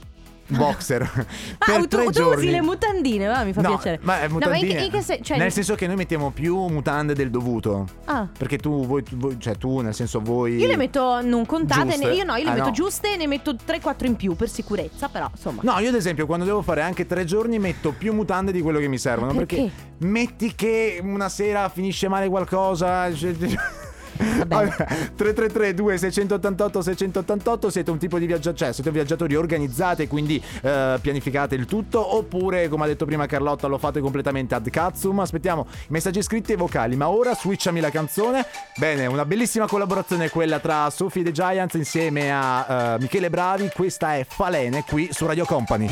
Speaker 3: Boxer.
Speaker 1: Ma
Speaker 3: per
Speaker 1: tu,
Speaker 3: tre
Speaker 1: tu
Speaker 3: giorni.
Speaker 1: usi le mutandine, va, mi fa
Speaker 3: no,
Speaker 1: piacere.
Speaker 3: Ma, eh,
Speaker 1: No, ma in che-
Speaker 3: mutandine-
Speaker 1: in che se- cioè-
Speaker 3: nel senso che noi mettiamo più mutande del dovuto.
Speaker 1: Ah.
Speaker 3: Perché tu, voi, tu- voi- cioè tu, nel senso voi.
Speaker 1: Io le metto, non contate,
Speaker 3: Giuste.
Speaker 1: ne- io no, io le
Speaker 3: Ah,
Speaker 1: metto
Speaker 3: no.
Speaker 1: giuste e ne metto 3-4 in più per sicurezza, però insomma.
Speaker 3: No, io ad esempio quando devo fare anche tre giorni metto più mutande di quello che mi servono.
Speaker 1: Ma perché?
Speaker 3: metti che una sera finisce male qualcosa. cioè-
Speaker 1: Vabbè.
Speaker 3: Vabbè, 333 2688 688 siete un tipo di viaggiatore, cioè siete viaggiatori organizzati e quindi eh, pianificate il tutto oppure come ha detto prima Carlotta lo fate completamente ad cazzum. Aspettiamo i messaggi scritti e vocali, ma ora switchami la canzone. Bene, una bellissima collaborazione quella tra Sophie The Giants insieme a eh, Michele Bravi, questa è Falene qui su Radio Company.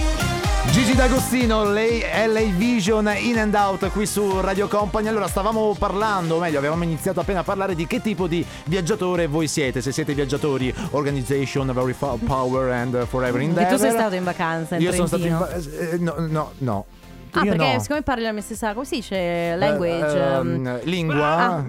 Speaker 3: Gigi D'Agostino, lei LA Vision in and out qui su Radio Company. Allora, stavamo parlando, o meglio, avevamo iniziato appena a parlare di che tipo di viaggiatore voi siete. Se siete viaggiatori, organization, very fa- power and uh, forever in
Speaker 1: Che Mm. tu sei stato in vacanza in
Speaker 3: Io sono stato in
Speaker 1: Trentino.
Speaker 3: vacanza. no, no, no.
Speaker 1: Ah,
Speaker 3: Io
Speaker 1: perché
Speaker 3: no.
Speaker 1: siccome parli la mia stessa, come si dice?
Speaker 3: Eh,
Speaker 1: Language. ehm,
Speaker 3: ehm, lingua.
Speaker 1: Ah.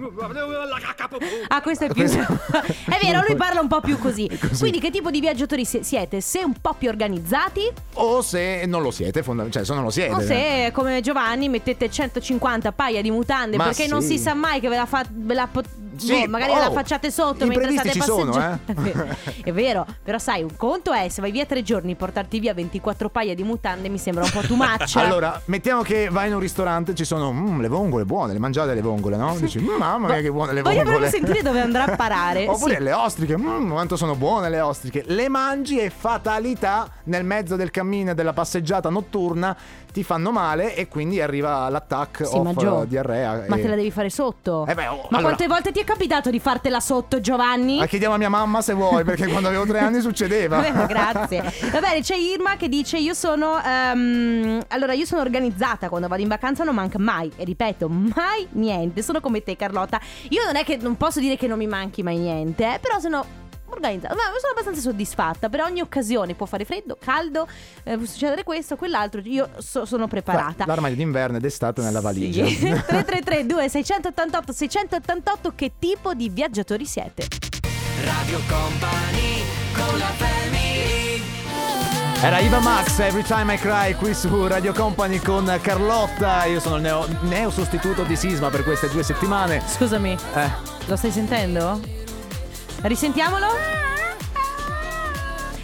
Speaker 1: Ah, questo è più. è vero, lui parla un po' più così.
Speaker 3: Così.
Speaker 1: Quindi, che tipo di viaggiatori si- siete? Se un po' più organizzati,
Speaker 3: O se non lo siete, fonda- cioè se non lo siete.
Speaker 1: o se come Giovanni mettete 150 paia di mutande
Speaker 3: Ma
Speaker 1: perché non si
Speaker 3: sì.
Speaker 1: sa mai che ve la, fa- ve la pot-
Speaker 3: Sì,
Speaker 1: boh, magari
Speaker 3: oh,
Speaker 1: ve la facciate sotto
Speaker 3: i
Speaker 1: mentre state
Speaker 3: previsti ci sono, eh.
Speaker 1: passeggiando. È vero, È vero, però sai, un conto è se vai via tre giorni portarti via 24 paia di mutande mi sembra un po' too much.
Speaker 3: Allora, mettiamo che vai in un ristorante, ci sono "Mm, le vongole buone, le mangiate le vongole, no? Dici, "Mm, mamma mia che buone le
Speaker 1: Voglio
Speaker 3: vongole.
Speaker 1: proprio sentire dove andrà a parare.
Speaker 3: Oppure
Speaker 1: Sì.
Speaker 3: le ostriche, "Mm, quanto sono buone le ostriche. Le mangi e fatalità nel mezzo del cammino e della passeggiata notturna ti fanno male e quindi arriva l'attack
Speaker 1: Sì,
Speaker 3: of
Speaker 1: ma Gio,
Speaker 3: eh, diarrea.
Speaker 1: Ma
Speaker 3: e-
Speaker 1: te la devi fare sotto.
Speaker 3: Eh beh, oh,
Speaker 1: ma
Speaker 3: allora-
Speaker 1: quante volte ti è capitato di fartela sotto, Giovanni?
Speaker 3: La chiediamo a mia mamma se vuoi, perché quando avevo tre anni succedeva.
Speaker 1: Vabbè, Eh, grazie. Va bene, c'è Irma che dice: Io sono. ehm, allora, io sono organizzata quando vado in vacanza, non manca mai. E ripeto, mai niente. Sono come te, Carlotta. Io non è che non posso dire che non mi manchi mai niente, eh, però sono. Organizzata, Ma sono abbastanza soddisfatta per ogni occasione. Può fare freddo, caldo, eh, può succedere questo, quell'altro. Io so- sono preparata.
Speaker 3: L'armadio d'inverno ed estate nella valigia.
Speaker 1: 333 2688 688 che tipo di viaggiatori siete?
Speaker 2: Radio Company con la family
Speaker 3: Era Iva Max, Every Time I Cry, qui su Radio Company con Carlotta. Io sono il neo, neo sostituto di Sisma per queste due settimane.
Speaker 1: Scusami,
Speaker 3: Eh,
Speaker 1: Lo stai sentendo? Risentiamolo?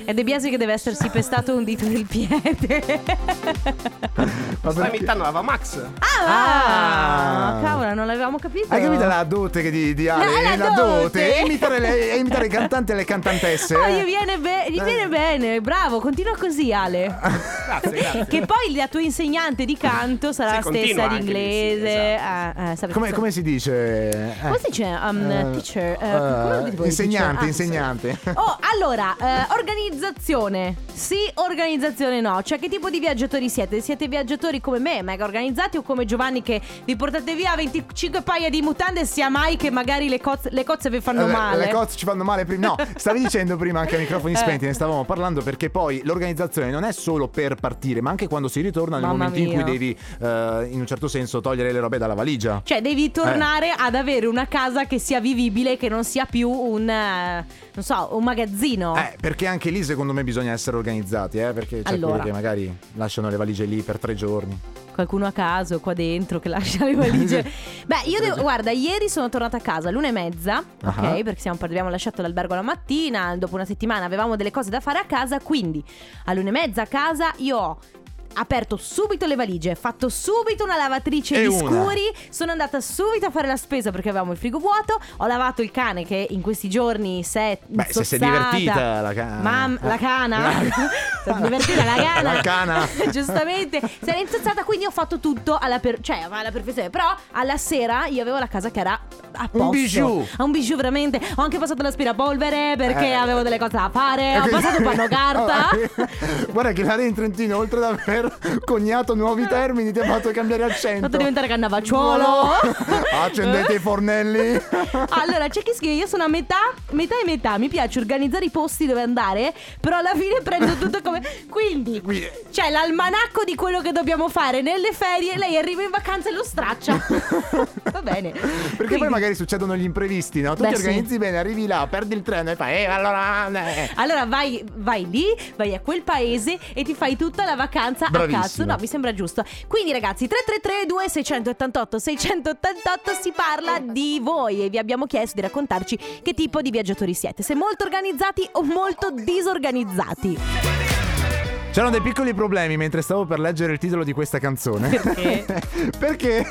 Speaker 1: È De Biasi che deve essersi pestato un dito del piede.
Speaker 3: ma
Speaker 6: Stai
Speaker 3: perché-
Speaker 6: imitando Ava Max.
Speaker 1: Ah,
Speaker 3: Ah.
Speaker 1: cavolo, non l'avevamo capito.
Speaker 3: Hai capito la dote che di, di
Speaker 1: No,
Speaker 3: Ale?
Speaker 1: la dote.
Speaker 3: E imitare, le- e imitare i cantanti e le cantantesse.
Speaker 1: Oh,
Speaker 3: eh?
Speaker 1: gli viene, be- gli
Speaker 3: Eh.
Speaker 1: viene bene, bravo, continua così Ale.
Speaker 6: Grazie, grazie.
Speaker 1: Che poi la tua insegnante di canto sarà
Speaker 6: Sì,
Speaker 1: la stessa
Speaker 6: continua
Speaker 1: di
Speaker 6: anche lì, sì,
Speaker 1: inglese.
Speaker 6: esatto.
Speaker 1: Ah, ah, sapete-
Speaker 3: Come, come si dice? Eh.
Speaker 1: Come si dice? Um,
Speaker 3: Eh,
Speaker 1: teacher, eh,
Speaker 3: eh,
Speaker 1: come lo dite voi, teacher?
Speaker 3: insegnante,
Speaker 1: Ah,
Speaker 3: insegnante.
Speaker 1: Oh, allora, eh, organizzazione. Sì, organizzazione no. Cioè, che tipo di viaggiatori siete? Siete viaggiatori come me, mega organizzati, o come Giovanni che vi portate via 25 paia di mutande, sia mai che magari le, coz- le cozze vi fanno
Speaker 3: Eh, Le-
Speaker 1: male?
Speaker 3: Le cozze ci fanno male prima. No, stavi dicendo prima anche ai microfoni
Speaker 1: Eh.
Speaker 3: spenti, ne stavamo parlando perché poi l'organizzazione non è solo per partire, ma anche quando si ritorna nel
Speaker 1: Mamma
Speaker 3: momento in cui
Speaker 1: mia.
Speaker 3: devi eh, in un certo senso togliere le robe dalla valigia.
Speaker 1: Cioè, devi tornare
Speaker 3: eh.
Speaker 1: ad avere una casa che sia vivibile, che non sia più un, eh, non so, un magazzino.
Speaker 3: Eh, perché anche lì secondo me bisogna essere organizzati, eh, perché c'è
Speaker 1: Allora.
Speaker 3: quelli che magari lasciano le valigie lì per tre giorni.
Speaker 1: qualcuno a caso qua dentro che lascia le valigie. Beh, io devo, guarda, ieri sono tornata a casa l'una e mezza,
Speaker 3: Ah.
Speaker 1: ok? Perché siamo, abbiamo lasciato l'albergo la mattina, dopo una settimana avevamo delle cose da fare a casa, quindi all'una e mezza a casa io ho aperto subito le valigie, fatto subito una lavatrice
Speaker 10: E
Speaker 1: di
Speaker 10: una.
Speaker 1: scuri, sono andata subito a fare la spesa perché avevamo il frigo vuoto, ho lavato il cane che in questi giorni si è
Speaker 10: Beh, se si è
Speaker 1: insozzata.
Speaker 10: divertita la cana.
Speaker 1: Mam- la cana?
Speaker 10: La-
Speaker 1: Si è divertita la cana.
Speaker 10: La cana.
Speaker 1: Giustamente. Si era insozzata, quindi ho fatto tutto alla, per- cioè, alla perfezione. Però alla sera io avevo la casa che era a posto.
Speaker 10: bijou.
Speaker 1: A un bijou veramente. Ho anche passato l'aspirapolvere perché
Speaker 3: Eh.
Speaker 1: avevo delle cose da fare. Ho passato il panno carta.
Speaker 3: Guarda che l'area in Trentino, oltre ad aver cognato nuovi termini, ti ha fatto cambiare accento.
Speaker 1: Fatto diventare cannavacciuolo.
Speaker 3: Accendete i fornelli.
Speaker 1: Allora, c'è chi scrive: Io sono a metà, metà e metà. Mi piace organizzare i posti dove andare, però alla fine prendo tutto come. Quindi, c'è l'almanacco di quello che dobbiamo fare nelle ferie. Lei arriva in vacanza e lo straccia. Va bene.
Speaker 3: Perché
Speaker 1: Quindi-
Speaker 3: poi magari succedono gli imprevisti, no? Tu
Speaker 1: Beh,
Speaker 3: ti
Speaker 1: sì.
Speaker 3: organizzi bene, arrivi là, perdi il treno e fai, eh, allora. eh.
Speaker 1: Allora vai, vai lì, vai a quel paese e ti fai tutta la vacanza
Speaker 10: Bravissima.
Speaker 1: a cazzo. No, mi sembra giusto. Quindi ragazzi, 333-2688-688 si parla di voi e vi abbiamo chiesto di raccontarci che tipo di viaggiatori siete. Se molto organizzati o molto disorganizzati.
Speaker 3: C'erano dei piccoli problemi mentre stavo per leggere il titolo di questa canzone.
Speaker 1: Perché?
Speaker 3: Perché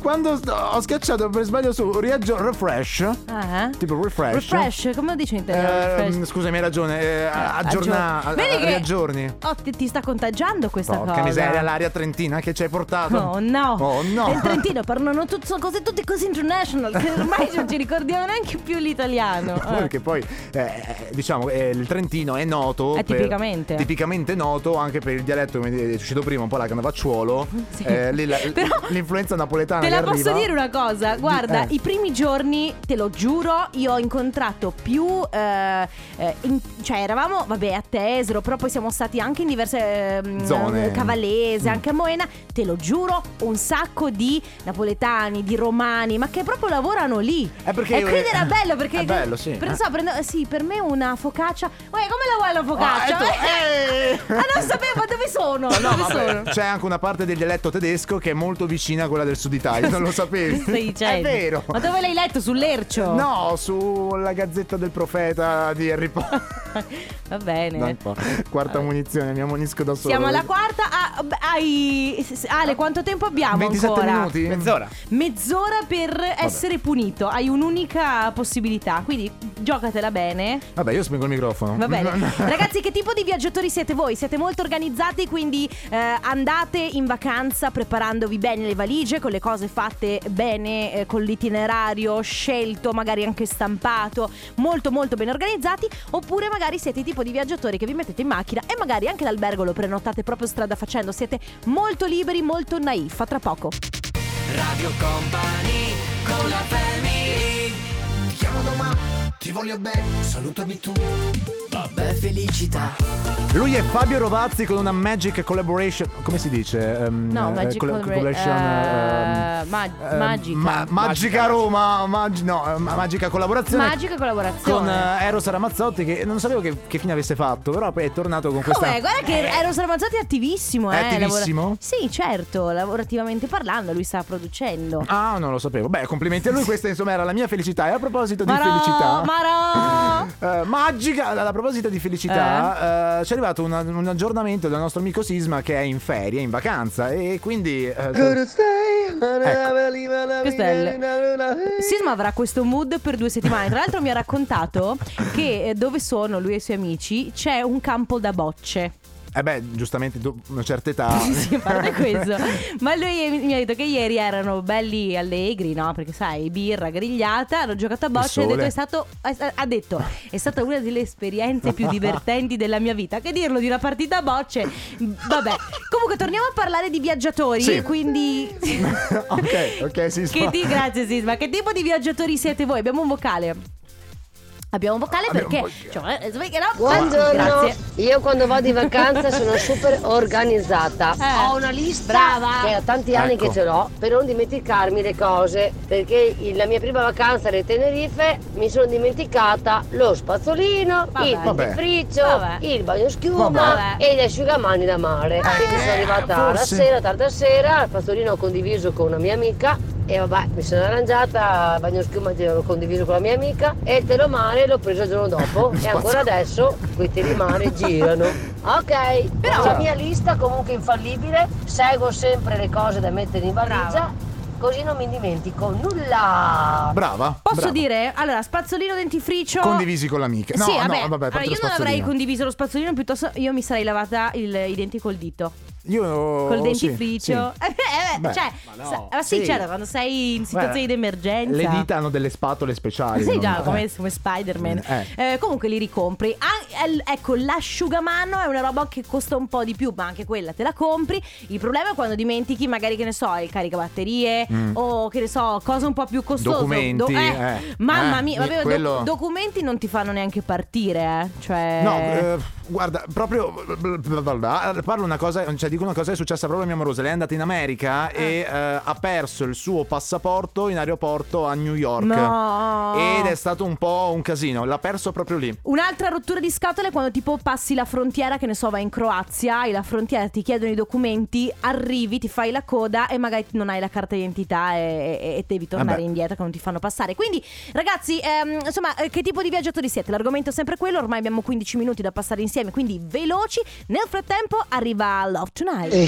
Speaker 3: quando sto- ho schiacciato per sbaglio su Riaggio Refresh.
Speaker 1: Ah, eh?
Speaker 3: Tipo refresh.
Speaker 1: Refresh, come lo dici in
Speaker 3: Ehm,
Speaker 1: italiano? Refresh.
Speaker 3: scusami, hai ragione. eh, a- aggiorna, a-
Speaker 1: Vedi
Speaker 3: a-
Speaker 1: che-
Speaker 3: riaggiorni.
Speaker 1: Oh, ti, ti sta contagiando questa
Speaker 3: Porca
Speaker 1: cosa.
Speaker 3: miseria, l'aria trentina che ci hai portato.
Speaker 1: Oh no.
Speaker 3: Oh no.
Speaker 1: Nel Trentino parlano tutto, sono cose tutte così international che ormai non ci ricordiamo neanche più l'italiano. Eh.
Speaker 3: Perché poi, eh, diciamo, eh, il Trentino è noto.
Speaker 1: È
Speaker 3: per-
Speaker 1: tipicamente.
Speaker 3: tipicamente noto anche per il dialetto, come è uscito prima, un po' la canavacciuolo.
Speaker 1: Sì.
Speaker 3: eh, lì la-
Speaker 1: Però
Speaker 3: l'influenza napoletana.
Speaker 1: Te
Speaker 3: che
Speaker 1: la posso
Speaker 3: arriva-
Speaker 1: dire una cosa? Guarda,
Speaker 3: eh.
Speaker 1: i primi giorni, te lo giuro, io ho incontrato più. eh, eh, in- cioè, eravamo, vabbè, a Tesero, però poi siamo stati anche in diverse ehm,
Speaker 3: Zone.
Speaker 1: Cavallese,
Speaker 3: Mm.
Speaker 1: anche a Moena. Te lo giuro, un sacco di napoletani, di romani, ma che proprio lavorano lì.
Speaker 3: Eh, perché-
Speaker 1: e quindi era bello perché.
Speaker 3: È bello, sì.
Speaker 1: Per,
Speaker 3: Eh.
Speaker 1: so, prendo- sì, per me una focaccia. Uè, come la vuoi la
Speaker 3: Ah,
Speaker 1: focaccia?
Speaker 3: ecco, eh.
Speaker 1: ah, non sapevo, dove sono?
Speaker 3: No,
Speaker 1: dove
Speaker 3: vabbè,
Speaker 1: sono?
Speaker 3: c'è anche una parte del dialetto tedesco che è molto vicina a quella del sud Italia, non lo sapevi?
Speaker 1: Stai dicendo?
Speaker 3: È vero.
Speaker 1: certo. Ma dove l'hai letto? Sull'ercio?
Speaker 3: No, sulla gazzetta del profeta di Harry Potter.
Speaker 1: Va bene.
Speaker 3: No, un po'. Quarta munizione, mi ammonisco da solo.
Speaker 1: Siamo alla quarta. Ah, beh, hai- s- Ale, quanto tempo abbiamo
Speaker 3: 27
Speaker 1: ancora?
Speaker 3: minuti?
Speaker 6: Mezz'ora.
Speaker 1: Mezz'ora per essere punito. Hai un'unica possibilità, quindi giocatela bene.
Speaker 3: Vabbè, io spengo il microfono.
Speaker 1: Va bene. Ragazzi, che tipo di viaggiatori siete voi? Siete molto organizzati, quindi eh, andate in vacanza preparandovi bene le valigie, con le cose fatte bene, eh, con l'itinerario scelto, magari anche stampato, molto molto ben organizzati, oppure magari siete il tipo di viaggiatori che vi mettete in macchina e magari anche l'albergo lo prenotate proprio strada facendo, siete molto liberi, molto naif. A tra poco.
Speaker 2: Radio Company con la family
Speaker 8: Ti chiamo domani, ti voglio bene, salutami tu.
Speaker 2: Vabbè felicità
Speaker 3: Lui è Fabio Rovazzi con una Magic Collaboration. Come si dice? Ehm,
Speaker 1: No,
Speaker 3: eh,
Speaker 1: Magic
Speaker 3: colla-
Speaker 1: Collabora-
Speaker 3: Collaboration.
Speaker 1: eh,
Speaker 3: ehm,
Speaker 1: ma-
Speaker 3: eh,
Speaker 1: magica.
Speaker 3: ma- magica Roma. mag- no, eh, ma- magica collaborazione.
Speaker 1: Magica collaborazione.
Speaker 3: Con eh, Eros Ramazzotti, che non sapevo che, che fine avesse fatto, però poi è tornato con questa. Eh.
Speaker 1: Come? Guarda che Eros Ramazzotti è attivissimo,
Speaker 3: È
Speaker 1: eh,
Speaker 3: attivissimo?
Speaker 1: lavora- Sì, certo, lavorativamente parlando, lui sta producendo.
Speaker 3: Ah, non lo sapevo. Beh, complimenti a lui. Questa, insomma, era la mia felicità. E a proposito di
Speaker 1: Marò,
Speaker 3: felicità.
Speaker 1: Marò!
Speaker 3: Eh, magica, a a proposito di felicità, eh, ci è arrivato un, un aggiornamento dal nostro amico Sisma che è in ferie, in vacanza e quindi... eh, Ecco.
Speaker 1: Questo è il- Sisma avrà questo mood per due settimane. Tra l'altro mi ha raccontato che eh, dove sono lui e i suoi amici c'è un campo da bocce.
Speaker 3: eh beh, giustamente, dopo una certa età...
Speaker 1: Sì, sì, a parte questo. Ma lui mi- mi ha detto che ieri erano belli allegri, no? Perché sai, birra grigliata, hanno giocato a bocce e ha detto,
Speaker 3: sole.
Speaker 1: è stato, è- ha detto è stata una delle esperienze più divertenti della mia vita. Che dirlo di una partita a bocce? Vabbè. Comunque torniamo a parlare di viaggiatori,
Speaker 3: Sì.
Speaker 1: quindi
Speaker 3: ok, ok, Sisma.
Speaker 1: che ti, grazie Sisma, che tipo di viaggiatori siete voi? Abbiamo un vocale. Abbiamo un vocale
Speaker 3: Abbiamo
Speaker 1: perché.
Speaker 3: un vocale.
Speaker 1: cioè, eh, perché no-
Speaker 10: Buongiorno,
Speaker 1: Grazie.
Speaker 10: io quando vado in vacanza sono super organizzata.
Speaker 1: Eh.
Speaker 10: Ho una lista
Speaker 1: Brava.
Speaker 10: che da tanti anni
Speaker 3: Ecco.
Speaker 10: che ce l'ho per non dimenticarmi le cose. Perché il- la mia prima vacanza alle Tenerife mi sono dimenticata lo spazzolino,
Speaker 1: Vabbè.
Speaker 10: il
Speaker 3: Vabbè.
Speaker 10: dentifricio,
Speaker 1: Vabbè.
Speaker 10: il bagnoschiuma
Speaker 1: Vabbè.
Speaker 10: e gli asciugamani da mare. Quindi sono arrivata la
Speaker 3: Eh, forse.
Speaker 10: sera, tarda sera, il spazzolino ho condiviso con una mia amica. E vabbè, mi sono arrangiata, il bagnoschiuma l'ho condiviso con la mia amica e il telomare l'ho preso il giorno dopo e ancora adesso quei telimari girano. Ok, però la mia lista comunque infallibile, seguo sempre le cose da mettere in valigia, così non mi dimentico nulla.
Speaker 3: Brava.
Speaker 1: Posso
Speaker 3: brava.
Speaker 1: dire? Allora, spazzolino dentifricio.
Speaker 3: Condivisi con l'amica. No,
Speaker 1: sì,
Speaker 3: no,
Speaker 1: vabbè.
Speaker 3: vabbè, a parte
Speaker 1: allora,
Speaker 3: lo
Speaker 1: io non avrei
Speaker 3: spazzolino.
Speaker 1: condiviso lo spazzolino, piuttosto io mi sarei lavata il- i denti col dito.
Speaker 3: Io
Speaker 1: Col
Speaker 3: Oh, sì,
Speaker 1: dentifricio.
Speaker 3: sì.
Speaker 1: Eh, eh,
Speaker 3: Beh,
Speaker 1: cioè,
Speaker 6: ma no.
Speaker 1: sa- ma sì,
Speaker 3: Sì.
Speaker 1: certo, quando sei in situazioni di
Speaker 3: Guarda,
Speaker 1: emergenza.
Speaker 3: Le dita hanno delle spatole speciali.
Speaker 1: Sì,
Speaker 3: non-
Speaker 1: già, come,
Speaker 3: eh.
Speaker 1: come Spider-Man.
Speaker 3: Eh.
Speaker 1: Eh, comunque li ricompri. Ah, el- ecco, l'asciugamano è una roba che costa un po' di più, ma anche quella te la compri. Il problema è quando dimentichi, magari, che ne so, il caricabatterie
Speaker 3: Mm.
Speaker 1: o che ne so, cose un po' più costose.
Speaker 3: Documenti,
Speaker 1: Do-
Speaker 3: eh.
Speaker 1: Mamma
Speaker 3: Eh,
Speaker 1: mia, vabbè, doc-
Speaker 3: quello-
Speaker 1: documenti non ti fanno neanche partire, eh. Cioè...
Speaker 3: No, eh, guarda, proprio parlo una cosa, cioè dico una cosa che è successa proprio a mia morosa. Lei è andata in America e eh, ha perso il suo passaporto in aeroporto a New York.
Speaker 1: No.
Speaker 3: Ed è stato un po' un casino, l'ha perso proprio lì.
Speaker 1: Un'altra rottura di scatole è quando tipo passi la frontiera, che ne so, vai in Croazia, hai la frontiera, ti chiedono i documenti, arrivi, ti fai la coda e magari non hai la carta d'identità e, e- e devi tornare
Speaker 3: Vabbè.
Speaker 1: indietro che non ti fanno passare. Quindi ragazzi, ehm, insomma, eh, che tipo di viaggiatori siete? L'argomento è sempre quello, ormai abbiamo 15 minuti da passare insieme, quindi veloci. Nel frattempo arriva Love Tonight.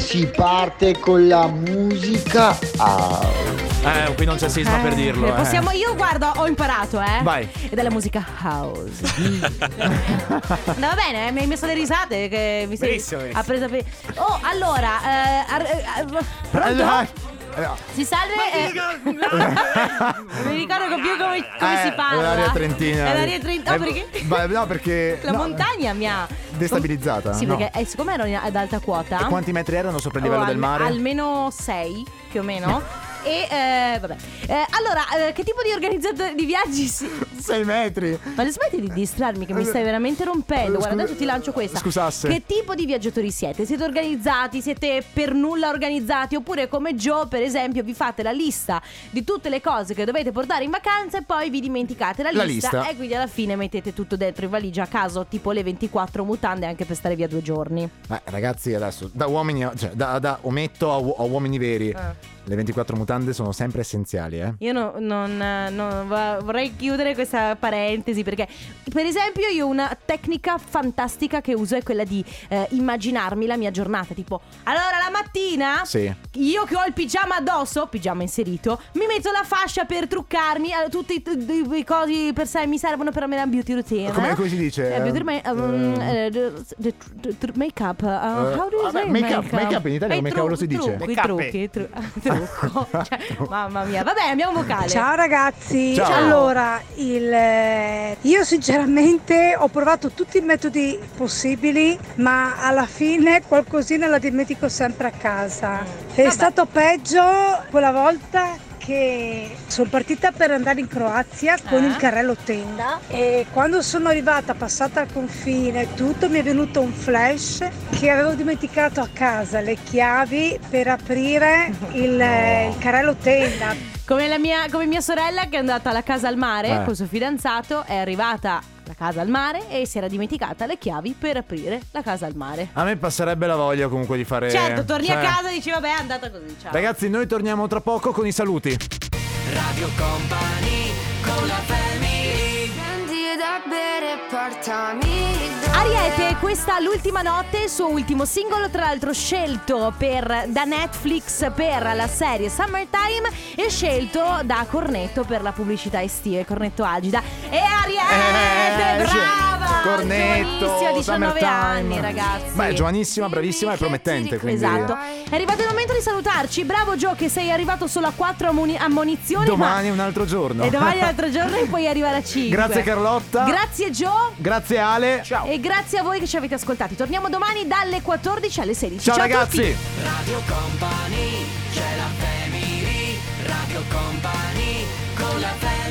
Speaker 8: si parte con la musica.
Speaker 3: Eh, qui non c'è sisma per
Speaker 1: Eh,
Speaker 3: dirlo. eh.
Speaker 1: possiamo, io guarda, ho imparato, eh.
Speaker 3: Vai.
Speaker 1: Ed è la musica house. Andava bene, eh? mi hai messo le risate. Che mi sei
Speaker 6: Benissimo, benissimo.
Speaker 1: ha preso per- Oh, allora. eh, ar- eh, eh, pronto?
Speaker 3: Allora, eh,
Speaker 1: Si salve. eh, mi ricordo con più come, come
Speaker 3: eh,
Speaker 1: si parla.
Speaker 3: L'aria trentina.
Speaker 1: È l'aria trentina.
Speaker 3: Eh,
Speaker 1: No, perché?
Speaker 3: va- no, perché-
Speaker 1: La
Speaker 3: no,
Speaker 1: montagna mi ha.
Speaker 3: Destabilizzata,
Speaker 1: Sì,
Speaker 3: no.
Speaker 1: perché eh, siccome ero in- ad alta quota.
Speaker 3: E quanti metri erano sopra il
Speaker 1: Oh,
Speaker 3: livello del
Speaker 1: al-
Speaker 3: mare?
Speaker 1: Almeno 6 più o meno. e eh, vabbè. Eh, allora, eh, che tipo di organizzatore di viaggi si...
Speaker 3: 6 metri.
Speaker 1: Ma smetti di distrarmi che mi stai veramente rompendo. Guarda,
Speaker 3: Scusa-
Speaker 1: adesso ti lancio questa.
Speaker 3: scusasse.
Speaker 1: Che tipo di viaggiatori siete? Siete organizzati? Siete per nulla organizzati? Oppure come Joe, per esempio, vi fate la lista di tutte le cose che dovete portare in vacanza e poi vi dimenticate la lista,
Speaker 3: La lista.
Speaker 1: e quindi alla fine mettete tutto dentro in valigia a caso, tipo le 24 mutande anche per stare via due giorni.
Speaker 3: Beh, ragazzi, adesso da uomini, a- cioè da, da ometto a, u- a uomini veri,
Speaker 1: Eh.
Speaker 3: le 24 mutande sono sempre essenziali, eh.
Speaker 1: Io no- non, non- va- vorrei chiudere questa parentesi perché, per esempio, io una tecnica fantastica che uso è quella di eh, immaginarmi la mia giornata. Tipo, allora la mattina
Speaker 3: Sì.
Speaker 1: io che ho il pigiama addosso, pigiama inserito, mi metto la fascia per truccarmi, eh, tutti i- i i cosi per sé mi servono per la mia beauty routine.
Speaker 3: Come- come si dice?
Speaker 1: Eh, beauty ma-
Speaker 3: Eh,
Speaker 1: um, eh, the- the- the- the make-up. uh, how do you
Speaker 3: vabbè,
Speaker 1: say
Speaker 3: make-up, make-up in Italia
Speaker 1: Eh,
Speaker 3: come
Speaker 1: tru-
Speaker 3: cavolo si dice?
Speaker 1: Trucchi,
Speaker 6: Make-up.
Speaker 1: trucchi, tru- trucco. Cioè, mamma mia, vabbè, abbiamo un vocale.
Speaker 11: Ciao ragazzi,
Speaker 3: Ciao.
Speaker 11: allora il- eh, io sinceramente ho provato tutti i metodi possibili ma alla fine qualcosina la dimentico sempre a casa. È stato peggio quella volta che sono partita per andare in Croazia con
Speaker 1: Ah.
Speaker 11: il carrello tenda e quando sono arrivata passata al confine e tutto mi è venuto un flash che avevo dimenticato a casa le chiavi per aprire il, il carrello tenda
Speaker 1: Come, la mia, come mia sorella che è andata alla casa al mare
Speaker 3: Eh.
Speaker 1: col suo fidanzato, è arrivata alla casa al mare e si era dimenticata le chiavi per aprire la casa al mare.
Speaker 3: A me passerebbe la voglia comunque di fare...
Speaker 1: Certo, torni a
Speaker 3: cioè-
Speaker 1: casa e dici vabbè è andata così, ciao.
Speaker 3: Ragazzi, noi torniamo tra poco con i
Speaker 1: Eh,
Speaker 3: saluti.
Speaker 2: Radio Company con la family
Speaker 4: Prendi da bere e portami
Speaker 1: Ariete, questa l'ultima notte, il suo ultimo singolo, tra l'altro scelto per- da Netflix per la serie Summertime e scelto da Cornetto per la pubblicità estiva, Cornetto Agida. E Ariete,
Speaker 3: Eh, sì.
Speaker 1: brava!
Speaker 3: Cornetto,
Speaker 1: giovanissima, 19
Speaker 3: Summertime.
Speaker 1: anni ragazzi.
Speaker 3: Beh, è giovanissima, bravissima e promettente, quindi...
Speaker 1: Esatto, è arrivato il momento di salutarci. Bravo Gio che sei arrivato solo a 4 ammonizioni.
Speaker 3: Domani
Speaker 1: ma-
Speaker 3: un altro giorno.
Speaker 1: E domani l'altro giorno e puoi arrivare a 5.
Speaker 3: Grazie Carlotta.
Speaker 1: Grazie Gio.
Speaker 3: Grazie Ale.
Speaker 6: Ciao.
Speaker 1: E grazie a voi che ci avete ascoltati. Torniamo domani dalle 14 alle 16.
Speaker 3: Ciao,
Speaker 1: a
Speaker 3: ragazzi.
Speaker 1: tutti.
Speaker 2: Radio Company c'è la family Radio Company con la family